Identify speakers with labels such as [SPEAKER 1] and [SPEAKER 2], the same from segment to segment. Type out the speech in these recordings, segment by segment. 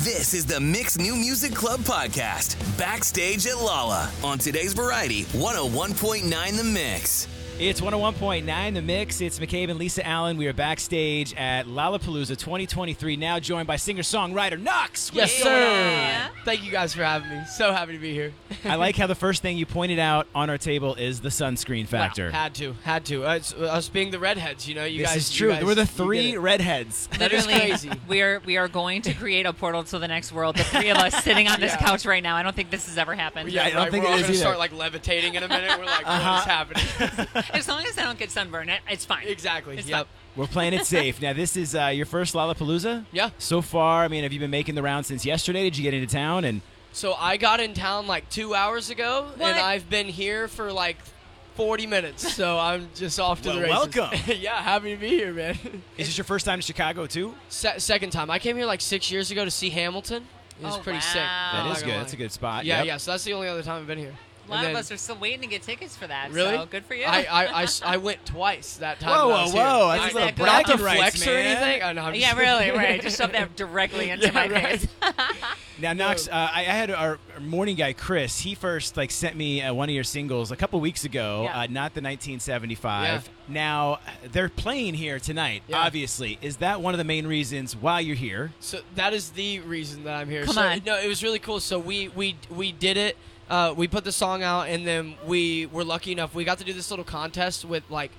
[SPEAKER 1] This is the Mix New Music Club podcast, backstage at Lala on today's Variety 101.9 The Mix.
[SPEAKER 2] It's 101.9 The Mix. It's McCabe and Lisa Allen. We are backstage at Lollapalooza 2023, now joined by singer songwriter Knox.
[SPEAKER 3] Yes,
[SPEAKER 2] What's
[SPEAKER 3] sir.
[SPEAKER 2] going
[SPEAKER 3] Thank you guys for having me. So happy to be here.
[SPEAKER 2] on? I like how the first thing you pointed out on our table is the sunscreen factor.
[SPEAKER 3] Had to, had to. Uh, it's, uh, us being the redheads, you know, you
[SPEAKER 2] this
[SPEAKER 3] guys.
[SPEAKER 2] is
[SPEAKER 3] you
[SPEAKER 2] true.
[SPEAKER 3] guys-
[SPEAKER 2] We're the
[SPEAKER 3] you did
[SPEAKER 2] three
[SPEAKER 3] it.
[SPEAKER 2] redheads.
[SPEAKER 3] That is
[SPEAKER 4] Literally,
[SPEAKER 3] crazy.
[SPEAKER 4] We are we are going to create a portal to the next world. The three of us sitting on this couch right now. I don't think this has ever happened.
[SPEAKER 3] Yeah,
[SPEAKER 2] I don't
[SPEAKER 3] right.
[SPEAKER 2] think
[SPEAKER 3] we're
[SPEAKER 2] it
[SPEAKER 3] all
[SPEAKER 2] is
[SPEAKER 3] gonna
[SPEAKER 2] either. Uh-huh.
[SPEAKER 3] start like levitating in a minute. We're like, what is happening?
[SPEAKER 4] As long as I don't get sunburned, it- it's fine.
[SPEAKER 3] exactly.
[SPEAKER 4] It's
[SPEAKER 3] yep.
[SPEAKER 2] We're playing it safe. Now, this is uh, your first Lollapalooza?
[SPEAKER 3] Yeah.
[SPEAKER 2] So far, I mean, have you been making the rounds since yesterday? Did you get into town? And
[SPEAKER 3] So I got in town like two hours ago,
[SPEAKER 4] What?
[SPEAKER 3] and I've been here for like 40 minutes. So I'm just off to the
[SPEAKER 2] Well,
[SPEAKER 3] races.
[SPEAKER 2] welcome.
[SPEAKER 3] yeah, happy to be here, man.
[SPEAKER 2] is this your first time to Chicago, too?
[SPEAKER 3] Se- second time. I came here like six years ago to see Hamilton. It was
[SPEAKER 4] Oh,
[SPEAKER 3] pretty
[SPEAKER 4] wow.
[SPEAKER 3] sick.
[SPEAKER 4] That
[SPEAKER 3] I'm
[SPEAKER 2] That
[SPEAKER 3] not
[SPEAKER 2] is
[SPEAKER 3] gonna
[SPEAKER 2] good.
[SPEAKER 3] lie.
[SPEAKER 2] That's a good spot.
[SPEAKER 3] Uh, Yeah,
[SPEAKER 2] Yep.
[SPEAKER 3] yeah. So that's the only other time I've been here.
[SPEAKER 4] A lot
[SPEAKER 3] And
[SPEAKER 4] of
[SPEAKER 3] then-
[SPEAKER 4] us are still waiting to get tickets for that.
[SPEAKER 3] Really?
[SPEAKER 4] So good for you.
[SPEAKER 3] I, I- I s- I went twice that time.
[SPEAKER 2] Whoa,
[SPEAKER 3] that I
[SPEAKER 2] whoa,
[SPEAKER 3] was
[SPEAKER 2] whoa.
[SPEAKER 3] Here.
[SPEAKER 2] That's
[SPEAKER 4] a little
[SPEAKER 3] I, not to
[SPEAKER 2] bragging rights,
[SPEAKER 3] flex or
[SPEAKER 2] man.
[SPEAKER 3] anything. Oh, no, I'm
[SPEAKER 4] yeah,
[SPEAKER 3] just-
[SPEAKER 4] really, right. Just shove that directly into
[SPEAKER 3] Yeah,
[SPEAKER 4] my
[SPEAKER 3] right.
[SPEAKER 4] face.
[SPEAKER 2] Now, Knox, uh, I, I had our our morning guy Chris. He first like sent me uh, one of your singles a couple weeks ago,
[SPEAKER 4] Yeah.
[SPEAKER 2] uh, not the 1975.
[SPEAKER 3] Yeah.
[SPEAKER 2] Now they're playing here tonight.
[SPEAKER 3] Yeah.
[SPEAKER 2] Obviously, is that one of the main reasons why you're here?
[SPEAKER 3] So that is the reason that I'm here.
[SPEAKER 4] Come
[SPEAKER 3] so,
[SPEAKER 4] on.
[SPEAKER 3] No, it was really cool. So we we we did it. Uh, we put the song out, and then we were lucky enough. We got to do this little contest with like.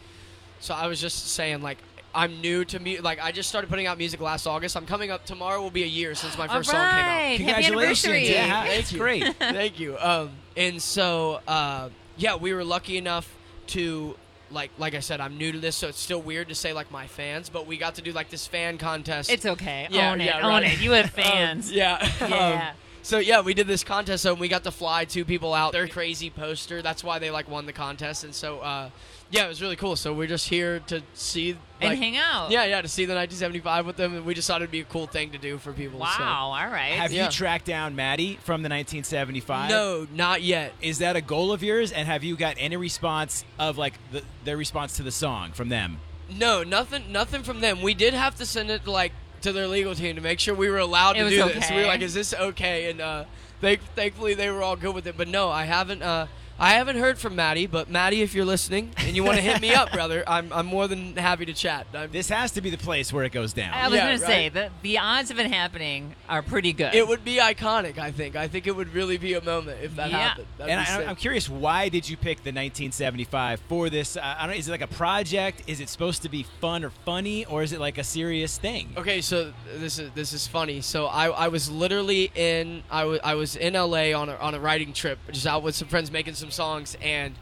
[SPEAKER 3] So I was just saying like. I'm new to music. Like I just started putting out music last August. I'm coming up tomorrow. Will be a year since my first
[SPEAKER 4] All
[SPEAKER 3] song came out.
[SPEAKER 4] right. Happy
[SPEAKER 2] Congratulations!
[SPEAKER 4] anniversary.
[SPEAKER 2] Yeah,
[SPEAKER 3] Thank
[SPEAKER 2] it's
[SPEAKER 3] you.
[SPEAKER 2] great.
[SPEAKER 3] Thank you. Um, and so, uh, yeah, we were lucky enough to, like, like I said, I'm new to this, so it's still weird to say like my fans, but we got to do like this fan contest.
[SPEAKER 4] It's okay.
[SPEAKER 3] Yeah,
[SPEAKER 4] own it.
[SPEAKER 3] yeah,
[SPEAKER 4] own
[SPEAKER 3] right. Oh,
[SPEAKER 4] it. You have fans.
[SPEAKER 3] yeah.
[SPEAKER 4] Yeah.
[SPEAKER 3] Um, so yeah, we did this contest, so we got to fly two people out. Their crazy poster. That's why they like won the contest, and so uh, yeah, it was really cool. So we're just here to see
[SPEAKER 4] And
[SPEAKER 3] like-
[SPEAKER 4] hang out.
[SPEAKER 3] Yeah, yeah, to see the 1975 with them, and we just thought it'd be a cool thing to do for people. so-
[SPEAKER 4] Wow. All right.
[SPEAKER 2] Have
[SPEAKER 3] Yeah.
[SPEAKER 2] you tracked down Maddie from the 1975?
[SPEAKER 3] No, not yet.
[SPEAKER 2] Is that a goal of yours? And have you got any response of like the, their response to the song from them?
[SPEAKER 3] No, nothing, nothing from them. We did have to send it like to their legal team to make sure we were allowed
[SPEAKER 4] It
[SPEAKER 3] to
[SPEAKER 4] was
[SPEAKER 3] do this. We were
[SPEAKER 4] okay.
[SPEAKER 3] like, "Is this okay?" And uh, they, thankfully, they were all good with it. But no, I haven't. Uh, I haven't heard from Maddie. But Maddie, if you're listening and you want to hit me up, brother, I'm, I'm more than happy to chat. I'm,
[SPEAKER 2] This has to be the place where it goes down.
[SPEAKER 4] I was
[SPEAKER 3] Yeah,
[SPEAKER 4] going to say
[SPEAKER 3] right.
[SPEAKER 4] the the odds of it happening are pretty good.
[SPEAKER 3] it would be iconic. I think. I think it would really be a moment if that
[SPEAKER 4] Yeah.
[SPEAKER 3] happened. That'd
[SPEAKER 2] and
[SPEAKER 3] be sick.
[SPEAKER 2] I, I'm curious, why did you pick the 1975 for this? Uh, I don't. Is it like a project? Is it supposed to be fun or funny, or is it like a serious thing?
[SPEAKER 3] Okay, so this is this is funny. So I, I was literally in I wa- I was in LA on a, on a writing trip, just out with some friends making some songs, and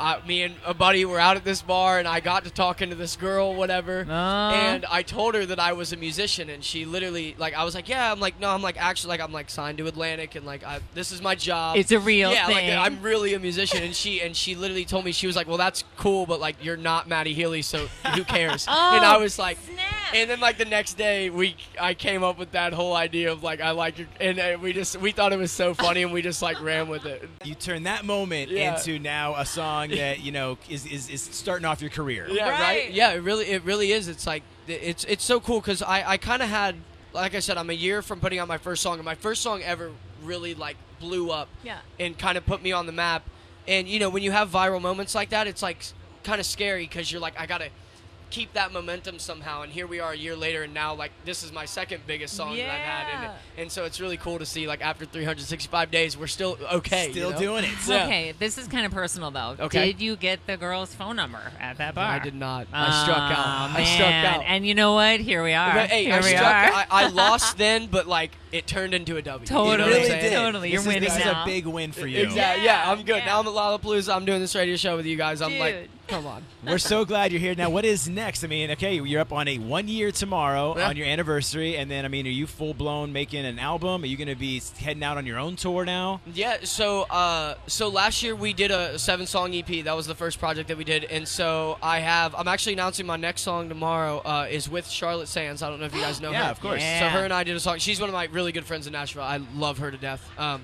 [SPEAKER 3] I, me and a buddy were out at this bar, and I got to talking to this girl, whatever,
[SPEAKER 4] Ah.
[SPEAKER 3] and I told her that I was a musician, and she literally like I was like yeah, I'm like no, I'm like actually like I'm like signed to Atlantic, and like I, this is my job.
[SPEAKER 4] It's a real
[SPEAKER 3] yeah,
[SPEAKER 4] thing.
[SPEAKER 3] like I'm really a musician, and she and she literally told me she was like, well that's cool, but like you're not Maddie Healy, so who cares?
[SPEAKER 4] Oh,
[SPEAKER 3] and I was like.
[SPEAKER 4] snap.
[SPEAKER 3] And then like the next day, we I came up with that whole idea of like I like your, and uh, we just we thought it was so funny, and we just like ran with it.
[SPEAKER 2] You turn that moment
[SPEAKER 3] Yeah.
[SPEAKER 2] into now a song that you know is, is is starting off your career.
[SPEAKER 3] Yeah, right.
[SPEAKER 4] Right.
[SPEAKER 3] Yeah, it really it really is. It's like it's it's so cool because I I kind of had like I said, I'm a year from putting out my first song, and my first song ever really like blew up.
[SPEAKER 4] Yeah.
[SPEAKER 3] And kind of put me on the map. And you know when you have viral moments like that, it's like kind of scary because you're like I gotta keep that momentum somehow and here we are a year later and now like this is my second biggest song that I've had and, and so it's really cool to see like after 365 days we're still okay you
[SPEAKER 2] Still
[SPEAKER 3] know?
[SPEAKER 2] doing it.
[SPEAKER 3] Yeah.
[SPEAKER 4] Okay, this is kind of personal though.
[SPEAKER 3] Okay.
[SPEAKER 4] Did you get the girl's phone number at that bar?
[SPEAKER 3] I did not. I struck out.
[SPEAKER 4] Oh,
[SPEAKER 3] I struck
[SPEAKER 4] man.
[SPEAKER 3] out.
[SPEAKER 4] And you know what? Here we are.
[SPEAKER 3] But, hey,
[SPEAKER 4] Here
[SPEAKER 3] I,
[SPEAKER 4] we
[SPEAKER 3] struck,
[SPEAKER 4] are.
[SPEAKER 3] I, I lost then, but like it turned into a W.
[SPEAKER 4] Totally.
[SPEAKER 3] You
[SPEAKER 2] It
[SPEAKER 3] know what I'm
[SPEAKER 2] really
[SPEAKER 3] saying?
[SPEAKER 2] did.
[SPEAKER 4] Totally, you're
[SPEAKER 2] This is,
[SPEAKER 4] winning
[SPEAKER 2] this is a
[SPEAKER 4] now.
[SPEAKER 2] big win for you.
[SPEAKER 3] Exactly. Yeah,
[SPEAKER 4] Yeah,
[SPEAKER 3] I'm good.
[SPEAKER 4] yeah.
[SPEAKER 3] Now I'm at Lollapalooza. I'm doing this radio show with you guys. I'm like,
[SPEAKER 4] Dude.
[SPEAKER 3] come on.
[SPEAKER 2] We're so glad you're here. Now, what is next? I mean, okay, you're up on a one year tomorrow
[SPEAKER 3] Yeah.
[SPEAKER 2] on your anniversary, and then I mean, are you full blown making an album? Are you going to be heading out on your own tour now?
[SPEAKER 3] Yeah. So, uh, so last year we did a seven song EP. That was the first project that we did, and so I have. I'm actually announcing my next song tomorrow. Uh, is with Charlotte Sands. I don't know if you guys know
[SPEAKER 2] Yeah,
[SPEAKER 3] her.
[SPEAKER 2] of course.
[SPEAKER 4] Yeah.
[SPEAKER 3] So her and I did a song. She's one of my really good friends in Nashville. I love her to death. Um,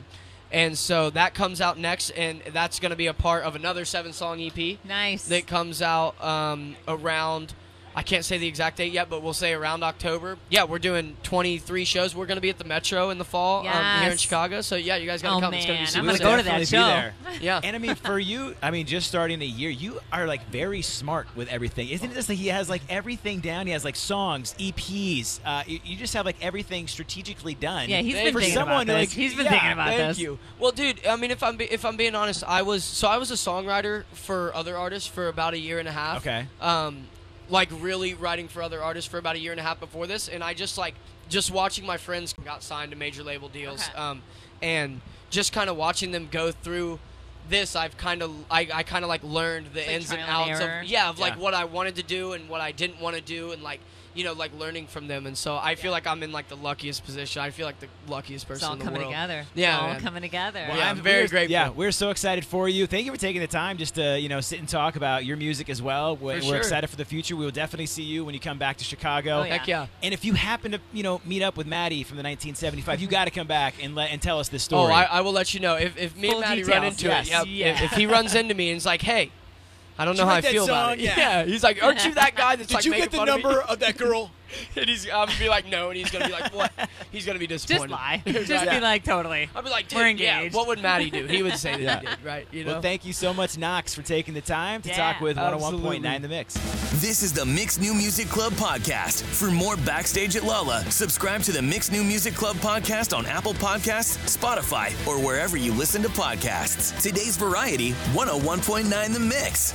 [SPEAKER 3] and so that comes out next, and that's E going to be a part of another seven song EP.
[SPEAKER 4] Nice.
[SPEAKER 3] that comes out um, around I can't say the exact date yet, but we'll say around October. Yeah, we're doing 23 shows. We're going to be at the Metro in the fall um, here in
[SPEAKER 4] Yes.
[SPEAKER 3] Chicago. So yeah, you guys got to
[SPEAKER 4] Oh,
[SPEAKER 3] come. It's going
[SPEAKER 4] man,
[SPEAKER 3] to be super
[SPEAKER 4] I'm gonna
[SPEAKER 3] sick.
[SPEAKER 4] go to that
[SPEAKER 2] Definitely be
[SPEAKER 4] show.
[SPEAKER 2] there.
[SPEAKER 3] Yeah.
[SPEAKER 2] And I mean, for you, I mean, just starting the year, you are like very smart with everything. Isn't it just that he has like everything down? He has like songs, EPs. Uh, you, you just have like everything strategically done.
[SPEAKER 4] Yeah,
[SPEAKER 2] he's
[SPEAKER 4] he's
[SPEAKER 3] Thank
[SPEAKER 4] been
[SPEAKER 3] you.
[SPEAKER 2] for
[SPEAKER 4] thinking
[SPEAKER 2] someone
[SPEAKER 4] about
[SPEAKER 2] like
[SPEAKER 4] this. He's been
[SPEAKER 2] yeah,
[SPEAKER 4] thinking about
[SPEAKER 3] Thank
[SPEAKER 4] this.
[SPEAKER 3] you. Well, dude, I mean, if I'm be- if I'm being honest, I was so I was a songwriter for other artists for about a year and a half.
[SPEAKER 2] Okay.
[SPEAKER 3] Um, like really writing for other artists for about a year and a half before this, and I just like just watching my friends got signed to major label deals,
[SPEAKER 4] Okay.
[SPEAKER 3] um, and just kind of watching them go through this, I've kind of I, I kind of like learned the
[SPEAKER 4] It's like
[SPEAKER 3] ins and
[SPEAKER 4] trial and
[SPEAKER 3] outs
[SPEAKER 4] error.
[SPEAKER 3] of yeah of like
[SPEAKER 2] Yeah.
[SPEAKER 3] what I wanted to do and what I didn't want to do and like. You know, like learning from them, and so I feel like I'm in like the luckiest position. I feel like the luckiest person
[SPEAKER 4] It's all
[SPEAKER 3] in the
[SPEAKER 4] coming
[SPEAKER 3] world.
[SPEAKER 4] together.
[SPEAKER 3] Yeah,
[SPEAKER 4] It's all
[SPEAKER 3] man.
[SPEAKER 4] coming together.
[SPEAKER 3] Well, Yeah, I'm very
[SPEAKER 2] we're-
[SPEAKER 3] grateful.
[SPEAKER 2] Yeah, we're so excited for you. Thank you for taking the time just to you know sit and talk about your music as well. We're,
[SPEAKER 3] For
[SPEAKER 2] we're
[SPEAKER 3] sure.
[SPEAKER 2] excited for the future. We will definitely see you when you come back to Chicago.
[SPEAKER 4] Oh, yeah.
[SPEAKER 3] Heck yeah.
[SPEAKER 2] And if you happen to you know meet up with Maddie from the 1975, you got to come back and let and tell us this
[SPEAKER 3] Oh,
[SPEAKER 2] story.
[SPEAKER 3] I, I will let you know if, if me
[SPEAKER 4] Full
[SPEAKER 3] and Maddie run
[SPEAKER 4] details,
[SPEAKER 3] into
[SPEAKER 2] yes.
[SPEAKER 3] it. Yep.
[SPEAKER 4] Yeah.
[SPEAKER 3] If, if he runs into me and is like, "Hey, I don't
[SPEAKER 2] Did
[SPEAKER 3] know
[SPEAKER 2] you
[SPEAKER 3] how I
[SPEAKER 2] write that
[SPEAKER 3] feel about
[SPEAKER 2] song?
[SPEAKER 3] it."
[SPEAKER 2] Yeah.
[SPEAKER 3] he's like, "Aren't you that guy that's like making fun of me?"
[SPEAKER 2] of that girl?
[SPEAKER 3] And he's, I'm gonna be like, "No," and he's gonna be like, "What?" He's gonna be disappointed.
[SPEAKER 4] Just lie.
[SPEAKER 3] Right.
[SPEAKER 4] Just be like, totally.
[SPEAKER 3] I'll be like,
[SPEAKER 4] we're
[SPEAKER 3] "Dude, yeah,
[SPEAKER 4] engaged.
[SPEAKER 3] what would Maddie do?" He would say that,
[SPEAKER 2] Yeah.
[SPEAKER 3] he did, right? You know.
[SPEAKER 2] Well, thank you so much, Knox, for taking the time to
[SPEAKER 4] Yeah.
[SPEAKER 2] talk with 101.9
[SPEAKER 3] Absolutely.
[SPEAKER 2] The Mix.
[SPEAKER 1] This is the Mix New Music Club podcast. For more Backstage at Lala, subscribe to the Mix New Music Club podcast on Apple Podcasts, Spotify, oh or wherever you listen to podcasts. Today's Variety 101.9 The Mix.